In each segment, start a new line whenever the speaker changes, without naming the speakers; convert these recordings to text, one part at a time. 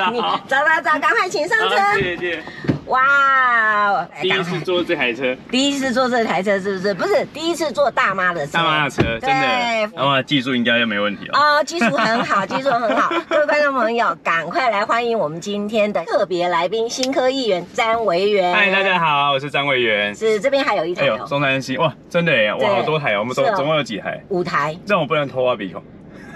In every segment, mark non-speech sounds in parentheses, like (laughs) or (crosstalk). (laughs)
你走吧，走，赶快请上车。
好，谢谢。
哇，哦哎
第一
赶
次
快
坐这台车，
第一次坐这台车是不是？不是第一次坐大妈的车。
大妈的车，真
对嗯
的，然后技术应该就没问题了。
哦，技术很
(laughs)
好，技术很好。各位观众朋友，赶快来欢迎我们今天的特别来宾，新科议员詹维元。
嗨，大家好，我是张委员。
是这边还有一
哎
台
呦，
哦，
松山西哇，真的耶，
对
哇，好多台哦，我们总
是哦
总共有几台，
五台。
让我不能偷挖鼻孔，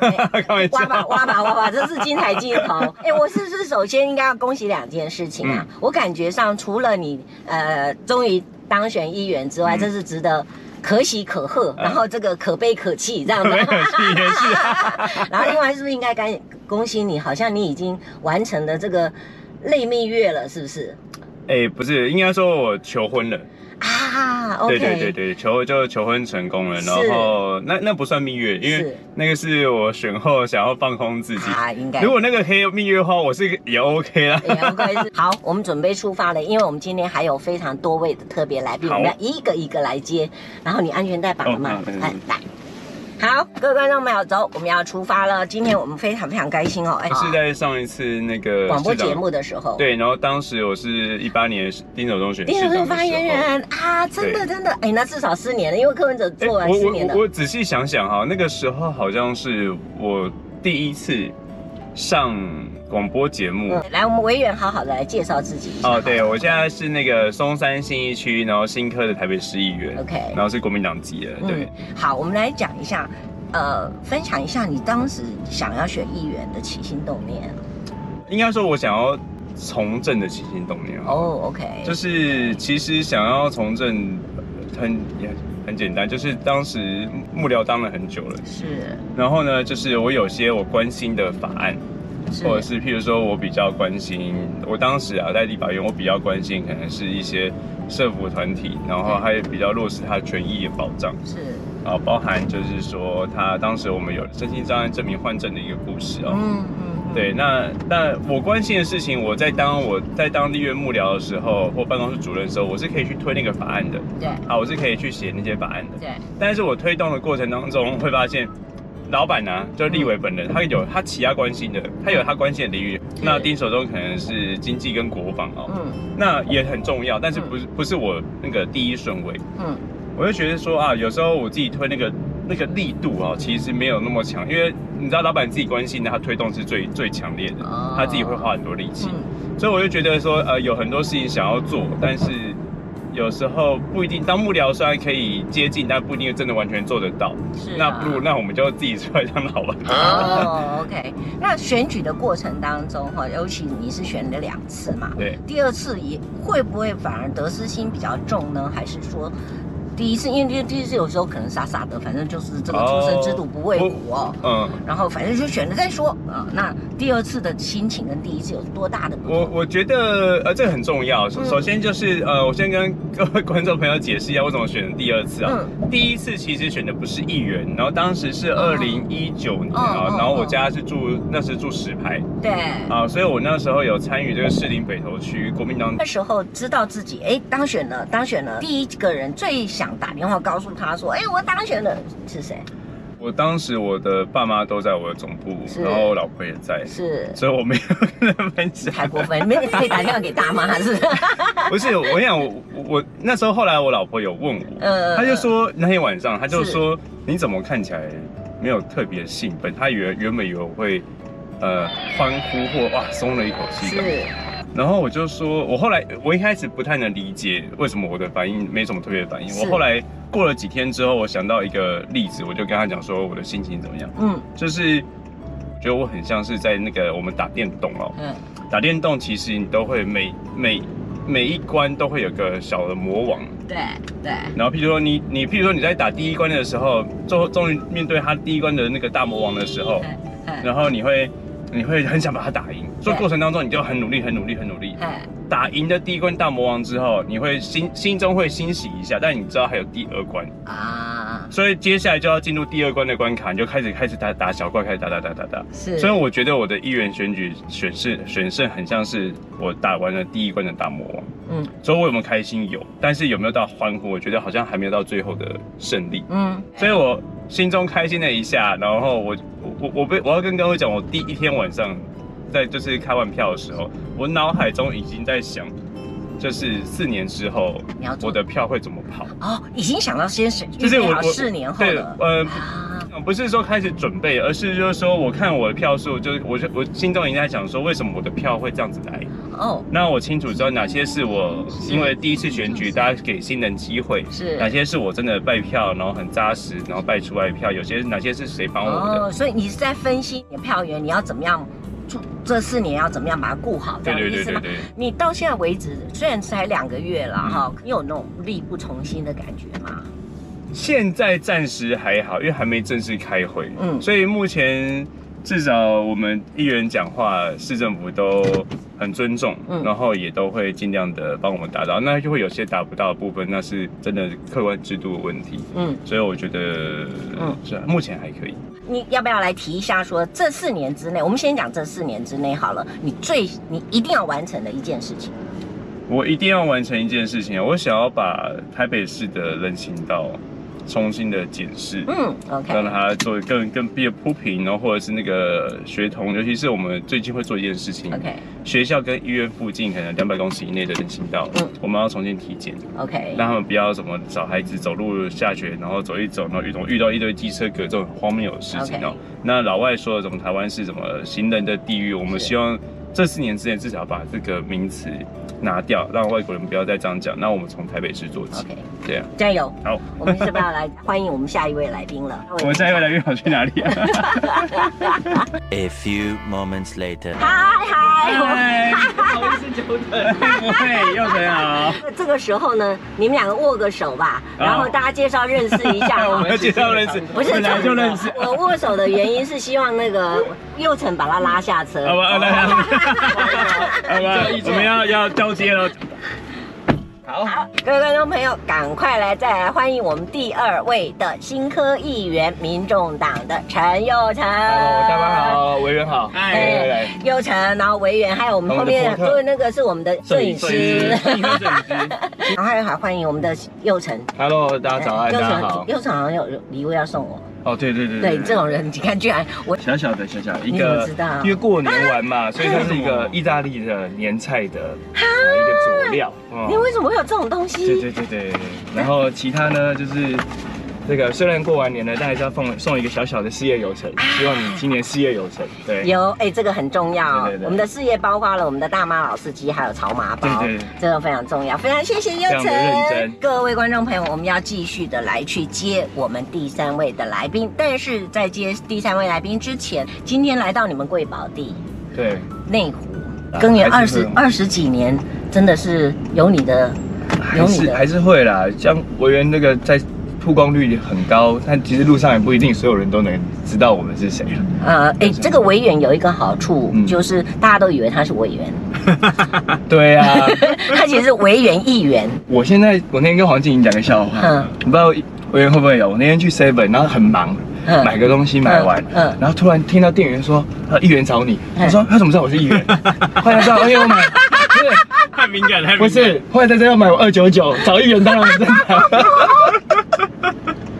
(laughs) 开玩
挖吧
笑。
挖吧挖吧，这是金台镜
(laughs)
头。哎、我是不是首先应该要恭喜两件事情啊？
嗯
我感觉上除了你呃终于当选议员之外，
嗯
这是值得。可喜可贺，然后这个可悲可气这样子，
可悲可气也是
(laughs) 然后另外是不是应该赶紧恭喜你？好像你已经完成了这个类蜜月了，是不是？
哎，不是，应该说我求婚了。
啊，OK，
对对对对，求就求婚成功了，
是
然后那那不算蜜月，因为
是
那个是我选后想要放空自己。
啊，应该
如果那个黑蜜月花，我是也 OK 啦。
也不愧是好，我们准备出发了，因为我们今天还有非常多位的特别来宾，我
好
们要一个一个来接。然后你安全带绑了吗
哦？嗯
哎，来。好，各位观众朋友，走，我们要出发了。今天我们非常非常开心哦，哎，
是在上一次那个
广播
市长
节目的时候，，
对，然后当时我是一八年丁守中选
丁守
市长
中
的时候
发言人啊，真的真的，哎，那至少四年了，因为柯文哲
哎
做完
我
四年了
我，我仔细想想哈，那个时候好像是我第一次上广播节目。
嗯，来，我们委员好好的来介绍自己一下。
哦，对，我现在是那个松山信义区，然后新科的台北市议员
OK
然后是国民党籍的，嗯对
嗯，，好，我们来讲一下，呃，分享一下你当时想要选议员的起心动念。
应该说我想要从政的起心动念哦，
哦，OK，
就是其实想要从政呃很也很简单，就是当时幕僚当了很久了，
是
然后呢，就是我有些我关心的法案，
是
或者是譬如说我比较关心，我当时啊在立法院，我比较关心可能是一些社服团体，然后还有比较落实他的权益的保障
是，
啊，包含就是说他当时我们有身心障碍证明患症的一个故事哦。
嗯嗯，
对，那那我关心的事情，我在当我在当立院幕僚的时候，或办公室主任的时候，我是可以去推那个法案的
嗯对
啊，我是可以去写那些法案的。
对
但是我推动的过程当中，会发现老板呢、啊，就立委本人，他有他其他关心的，他有他关心的领域。那丁守中可能是经济跟国防哦，
嗯
那也很重要，但是不是不是我那个第一顺位。
嗯
我就觉得说啊，有时候我自己推那个那个力度啊，其实没有那么强，因为你知道老板自己关心的，他推动是最最强烈的，
哦
他自己会花很多力气。
嗯
所以我就觉得说，呃，有很多事情想要做，但是有时候不一定当幕僚，虽然可以接近，但不一定真的完全做得到。
是啊
那不如那我们就自己出来当老板。
哦，OK，那 (laughs)
(laughs)
选举的过程当中哈，尤其你是选了两次嘛，
对，
第二次也会不会反而得失心比较重呢？还是说？第一次，因为第第一次有时候可能傻傻的，反正就是这个
哦
出生之犊不畏虎哦，
嗯，
然后反正就选了再说啊、那第二次的心情跟第一次有多大的不
我
同？
我觉得呃这个很重要。首
嗯
首先就是呃，我先跟各位观众朋友解释一下为什么选第二次啊。
嗯
第一次其实选的不是议员，然后当时是二零一九年
哦
啊，
哦
然后我
哦
家是住那时住石牌
对，
啊，所以我那时候有参与这个士林北投区国民党
那时候知道自己哎当选了，当选了，第一个人最想打电话告诉他说，哎，我当选了，是谁？
我当时我的爸妈都在我的总部，
是
然后我老婆也在，
是
所以我没有跟他们
(laughs)
讲。
太过分，没有可以打电话给大妈是？ (laughs)
不是，我想我我我那时候后来我老婆有问我，
呃
她就说那天晚上，她就说你怎么看起来没有特别兴奋？她原原本以为我会呃欢呼或哇松了一口气的。
是
然后我就说，我后来我一开始不太能理解为什么我的反应没什么特别的反应。
是
我后来过了几天之后，我想到一个例子，我就跟她讲说我的心情怎么样。
嗯
就是我觉得我很像是在那个我们打电动哦，
嗯
打电动其实你都会每每每一关都会有个小的魔王，
对对
然后譬如说你你譬如说你在打第一关的时候，终终于面对他第一关的那个大魔王的时候，
嗯嗯
然后你会你会很想把他打赢，所以
对
过程当中你就很努力很努力很努力，
嗯
打赢的第一关大魔王之后，你会心心中会欣喜一下，但你知道还有第二关，
啊
所以接下来就要进入第二关的关卡，你就开始开始打打小怪，开始打打打打打。
是，
所以我觉得我的议员选举选是选胜很像是我打完了第一关的大魔王，
嗯
所以我有没有开心有，但是有没有到欢呼，我觉得好像还没有到最后的胜利，
嗯
所以我心中开心了一下，然后我我我我被我要跟各位讲，我第一天晚上在就是开完票的时候，我脑海中已经在想，就是四年之后
你要做
我的票会怎么跑。
哦，已经想到先是
就
预备
是我
好
我
四年后
对
了，
呃，
啊，
不是说开始准备，而是就是说，我看我的票数，就是我就我心中已经在想说，为什么我的票会这样子来？
哦，
那我清楚知道哪些是我因为第一次选举，大家给新人机会，
是
哪些是我真的拜票，然后很扎实，然后拜出来的票，有些哪些是谁帮我的？
哦，所以你是在分析你的票源，你要怎么样，做这四年要怎么样把它顾好，这
对
样的
对
意
对
思
对
吗？
对，
你到现在为止虽然才两个月了哈，你有那种力不从心的感觉吗？
现在暂时还好，因为还没正式开会，
嗯
嗯，所以目前至少我们议员讲话，市政府都很尊重，
嗯
然后也都会尽量的帮我们达到，那就会有些达不到的部分，那是真的客观制度的问题，
嗯，
所以我觉得，
嗯
嗯，是啊目前还可以。
你要不要来提一下说这四年之内，我们先讲这四年之内好了，你最你一定要完成的一件事情，
我一定要完成一件事情，我想要把台北市的人行道重新的检视，
嗯
让
，OK，
它做更更变铺平，然后或者是那个学童，尤其是我们最近会做一件事情
OK
学校跟医院附近可能两百公尺以内的人行道，
嗯
我们要重新体检，
OK，
让他们不要什么小孩子走路下学，然后走一走，然后遇遇到一堆机车格这种荒谬的事情哦。
OK
那老外说的什么台湾是什么行人的地狱，我们
是
希望这四年之内至少把这个名词拿掉，让外国人不要再这样讲。那我们从台北市做起
OK，
对啊。
加油！
好，
我们是不是要来欢迎我们下一位来宾了？
(laughs) 我们下一位来宾跑去哪里啊？
A few moments later.
嗨嗨，
嗨，我是久等， (laughs) 不会，佑晨好。
我这个时候呢，你们两个握个手吧，
好
然后大家介绍认识一
(laughs)
下
我
哈
们。要介绍认识，
不是
本来就认识。
我握手的原因是希望那个佑成把他拉下车。
好吧，好吧，好吧，我们要要交接了。
好，哦各位观众朋友，赶快来再来欢迎我们第二位的新科议员，民众党的陈佑成。
Hello，大家。好，委员好。
哎，来来
佑成，然后维园，还有我们后面
我们的模特
对那个是我们的摄影
哦
师，然后还有还欢迎我们的佑成， (laughs)
Hello，大家早安，
佑
大
成
家好。
佑成好像有有礼物要送我，
嗯
哦，对对对
对这种人，你看居然我
哦
小小的小小的一
你怎么
个
知道，
因为过年玩
啊
嘛，所以它是
(laughs)
一个意大利的年菜的呃一个佐料。嗯
你为什么会有这种东
对
西？
对对对。对然后其他呢，就是这个虽然过完年了，但还是要送送一个小小的事业有成，希望你今年事业有成。
啊
对，
有哎、这个很重要
对对对
我们的事业包括了我们的大妈老司机，还有草马包，
对对对
这个非常重要，非常谢谢佑
非常的认
成
真。
各位观众朋友，我们要继续的来去接我们第三位的来宾，但是在接第三位来宾之前，今天来到你们贵宝地，
对，
内湖，
啊
耕耘二
还是
十
会
二十几年，真的是有你的，有
还
你
是
的。
还是会啦，像委员那个在曝光率很高，但其实路上也不一定所有人都能知道我们是谁。
(laughs) 呃，哎，这个委员有一个好处，
嗯
就是大家都以为他是委员， (laughs)
对啊，
他其实是委员议员。
我现在我那天跟黄静莹讲个笑话，
嗯
你不知道委员会不会有？我那天去 Seven，然后很忙，
嗯
买个东西买完，
嗯嗯
然后突然听到店员说，呃，议员找你，
嗯
我说啊他怎么知道我是议
(laughs)
员？后来知道，哎呦我买，不是
太敏感，太敏感。
不是，后来在这要买我二九九，找议员当然很正常。
(laughs)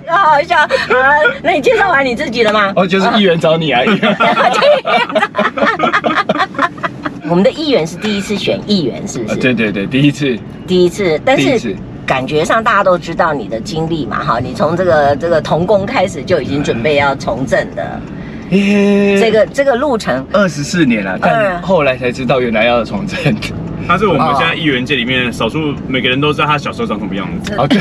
啊，好笑。好了，那你介绍完你自己了吗？
哦，就是议员找
(laughs)
你啊，议员。
我们的议员是第一次选议员，是不
啊
是？
对对对，第一次，
第一次，但
第一
是
次。
感觉上大家都知道你的经历嘛，哈，你从这个这个童工开始就已经准备要从政的这
这
个这个路程，
二十四年了，
嗯
但后来才知道原来要从政。 (laughs)
他是我们现在议员界里面少数，每个人都知道他小时候长什么样
(laughs)
子。
哦，对，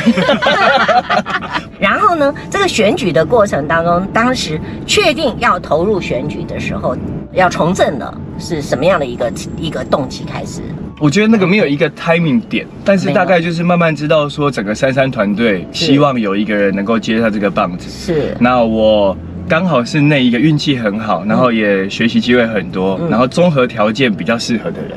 然后呢，这个选举的过程当中，当时确定要投入选举的时候，要从政了，是什么样的一个一个动机开始？
我觉得那个没有一个 timing 点，但是大概就是慢慢知道说整个三三团队
是
希望有一个人能够接下这个棒子。
是
那我刚好是那一个运气很好，然后也学习机会很多，
嗯
然后综合条件比较适合的人。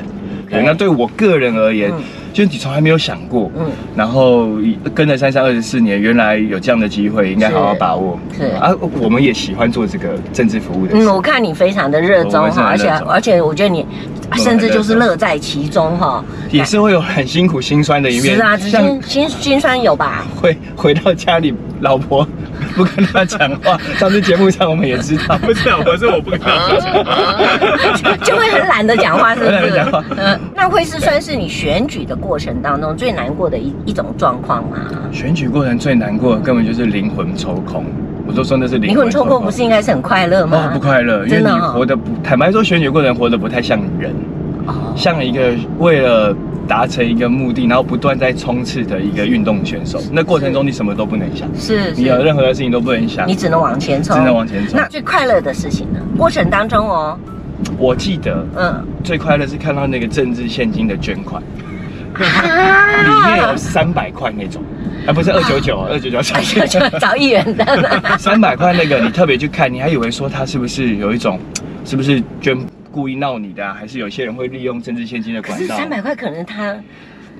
对，那对我个人而言
嗯，
就是你从来没有想过，
嗯
然后跟了三三二十四年，原来有这样的机会，应该好好把握。
嗯是
啊，我们也喜欢做这个政治服务的事
嗯，。我看你非常的热
我
衷
非
哈，
常
而
地
且
热衷
而且我觉得你甚至就是乐在其中哈。
也是会有很辛苦辛酸的一面。
是啊，
像
心心心酸有吧？
回回到家里，老婆
(laughs) 不跟他讲话。上次节目上我们也知道，
不是啊，我是我不跟他讲。
就就会很懒得讲话，是不
很懒
是
得讲话？
嗯，那会是算是你选举的过程当中最难过的一一种状况吗？
选举过程最难过的根本就是灵魂抽空，我都说那是
灵
灵
魂
魂抽
抽
空
空不是应该是很快乐吗？
哦不快乐，因为
真
你
的哦
活得不坦白说，选举过程活得不太像人，
哦
像一个为了达成一个目的，然后不断在冲刺的一个运动选手。那过程中你什么都不能想，
是
你有
是，
任何的事情都不能想
你。只能往前冲，
只能往前冲
那最快乐的事情呢？过程当中哦，
我记得
嗯，
最快乐是看到那个政治现金的捐款，里面
啊
有，三百块那种，啊不是二九九，二九九少
就就找议员的，
三百块那个你特别去看，你还以为说他是不是有一种，是不是捐故意闹你的、啊，还是有些人会利用政治现金的
可
管
是
道？
三百块可能他，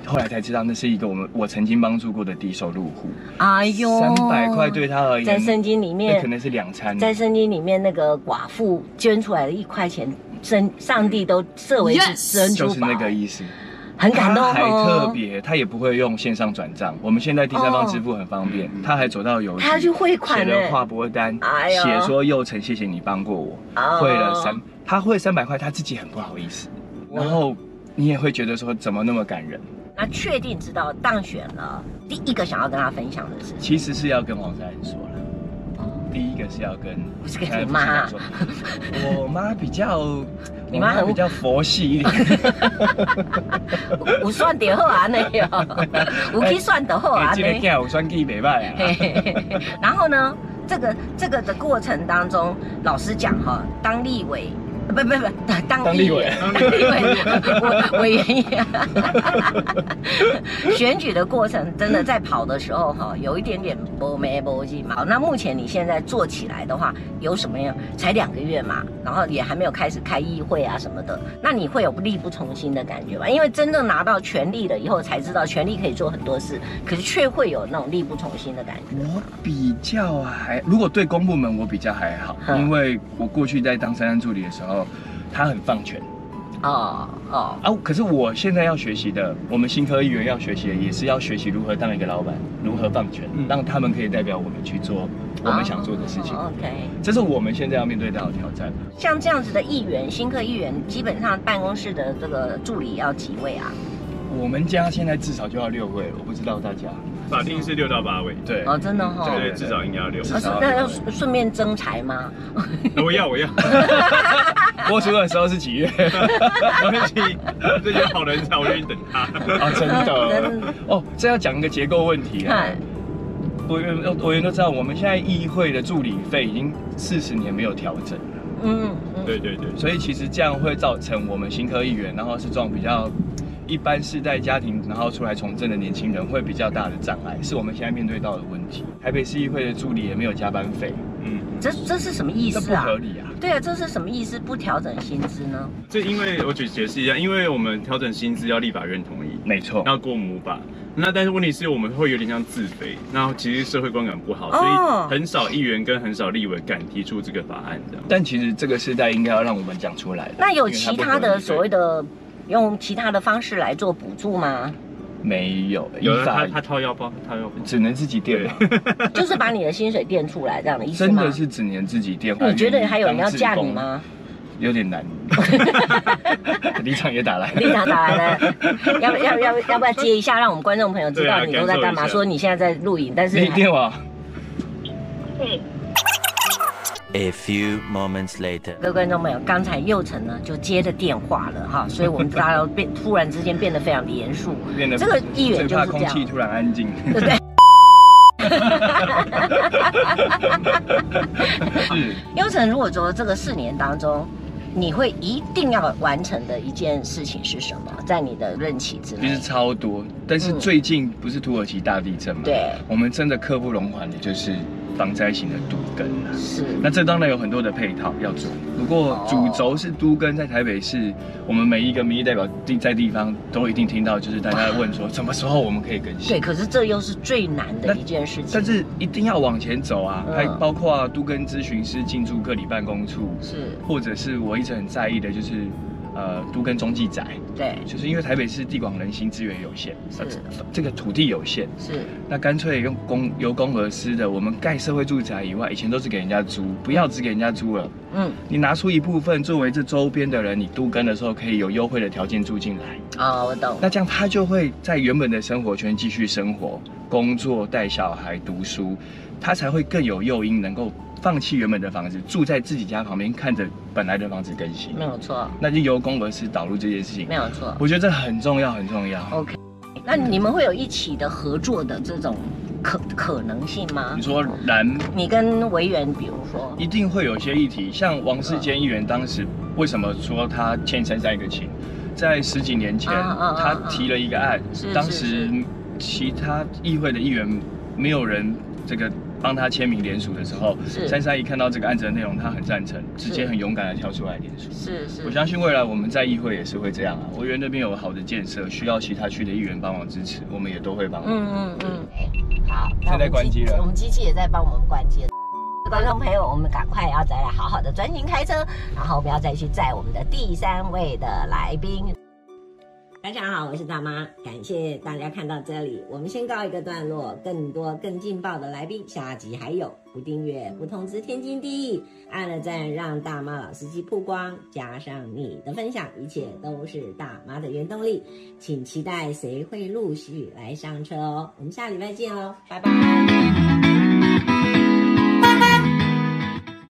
后来才知道那是一个我们我曾经帮助过的低收入户，
哎呦，
三百块对他而言，
在圣经里
那
面
可能是两餐。
在圣经里面，那个寡妇捐出来的一块钱，神上帝都设为是
Yes
珍珠
就
宝，
是那个意思，
很感动
他还特
哦。
别，他也不会用线上转账，我们现在第三方支付很方便，他还走到邮局，
嗯他要去汇款
写了
呢
划拨单，
哎呦
写说佑成谢谢你帮过我，
哦
汇了三，他汇三百块，他自己很不好意思，然后你也会觉得说怎么那么感人，
那确定知道当选了，第一个想要跟他分享的事情，
其实是要跟王珊说了。第一个是要跟，
不是跟你妈啊
说，我妈比较，
(laughs) 你妈很
我比较佛系一点，
我我算点后啊那个， (laughs) 我可以算得后啊
哎这个
那个。
囝有算计袂歹啊
嘿。嘿嘿嘿然后呢，这个这个的过程当中，老实讲哈，当立委。呃不不不，当
当立委
员当立委，我委员也选举的过程，真的在跑的时候哈，有一点点波没波进嘛。好那目前你现在做起来的话，有什么样？才两个月嘛，然后也还没有开始开议会啊什么的，那你会有力不从心的感觉吧？因为真正拿到权力了以后，才知道权力可以做很多事，可是却会有那种力不从心的感觉。
我比较还，如果对公部门我比较还好，
嗯
因为我过去在当三安助理的时候，他很放权
哦哦，
啊。可是我现在要学习的，我们新科议员要学习的，也是要学习如何当一个老板，如何放权，
嗯
让他们可以代表我们去做我们想做的事情。
哦 OK，
这是我们现在要面对到的挑战。
像这样子的议员，新科议员基本上办公室的这个助理要几位啊？
我们家现在至少就要六位了，我不知道大家。
法定是六到八位，
对，
哦，真的哈、
对，至少应该要六。
哦。是那要顺顺便征才吗？
我要我要，
播出的时候是几月？ (laughs)
没关系，这有好人才，我愿意等他。
啊， (laughs)
真
真的
的
哦，这要讲一个结构问题啊。委员委员都知道，我们现在议会的助理费已经四十年没有调整了，
嗯嗯，
对对对，
所以其实这样会造成我们新科议员，然后是这种比较一般世代家庭，然后出来从政的年轻人会比较大的障碍，是我们现在面对到的问 (laughs) 题。台北市议会的助理也没有加班费，
嗯。
这这是什么意
这
思
不
啊？
合理啊！
对啊，这是什么意思？不调整薪资呢？
这因为我解解释一下，因为我们调整薪资要立法院同意，
没错，
要过母法。那但是问题是我们会有点像自肥，那其实社会观感不好，所
哦
以很少议员跟很少立委敢提出这个法案这样。
但其实这个世代应该要让我们讲出来的。
那有
因为它
其
不合
他的
理
所谓的用其他的方式来做补助
(laughs)
吗？
没有，依
有的
法
他他掏腰包，他掏腰包。
只能自己垫
对，
(laughs) 就是把你的薪水垫出来这样的意思
真
吗？
的是只能自己垫。
你觉得还有人要嫁你？吗？
有
(laughs)
点难。李厂也打来，
立场打来了，
(laughs)
要不要要要不要接一下，让我们观众朋友知道
对啊
你都在干嘛？
感受一下
说你现在在录影，但是
你电话。
A few moments later.
各位观众朋友，刚才佑成呢就接着电话了
(laughs)
哈，所以我们大家都变突然之间变得非常的严肃，
变得
这个议员
最
就
怕
是这
空气
样，
突然安静。
对不对？
(laughs) 是，
佑成，如果说这个四年当中，你会一定要完成的一件事情是什么？在你的任期之
其
内
实，超多，但是
嗯
最近不是土耳其大地震吗？，
对，
我们真的刻不容缓的就是防灾型的都根啊。
是
那这当然有很多的配套要做，不过
哦
主轴是都跟在台北市，我们每一个民意代表地在地方都一定听到，就是大家问
哦
说什么时候我们可以更新
对，。可是这又是最难的
那
一件事情。
但是一定要往前走啊，
嗯
还包括都跟咨询师进驻各里办公处，
是
或者是我一直很在意的，就是呃都跟中继宅，
对，
就是因为台北市地广人稀，资源有限，呃
是
这个土地有限，
是
那干脆用公由公而私的，我们盖社会住宅以外，以前都是给人家租，不要只给人家租了，
嗯
你拿出一部分作为这周边的人，你都跟的时候可以有优惠的条件住进来，
哦，我懂，
那这样他就会在原本的生活圈继续生活、工作、带小孩、读书，他才会更有诱因能够放弃原本的房子，住在自己家旁边，看着本来的房子更新
没。有错，
那就由公而私导入这件事情
没，有错。
我觉得这很重要，很重要。
OK，那你们会有一起的合作的这种可可能性吗
你？说人
你跟维园，比如说，
一定会有一些议题，像王世坚议员当时为什么说他欠珊珊一个情？在十几年前，
啊啊啊
他提了一个案
是，
当
是
时
是
其他议会的议员没有人这个帮他签名联署的时候
是，
珊珊一看到这个案子的内容，他很赞成，直接
是
很勇敢的跳出来联署。
是是
我相信未来我们在议会也是会这样啊，我园那边有好的建设，需要其他区的议员帮忙支持，我们也都会帮忙。
嗯嗯嗯，好，那
现在
我们
关机了
我们机器也在帮我们关机了。观众朋友，我们赶快要再来好好的专心开车，然后不要再去载我们的第三位的来宾。大家好，我是大妈，感谢大家看到这里，我们先告一个段落，更多更劲爆的来宾，下集还有。不订阅不通知天经地义，按了赞让大妈老司机曝光，加上你的分享，一切都是大妈的原动力。请期待谁会陆续来哦上车哦。我们下礼拜见喽，拜拜。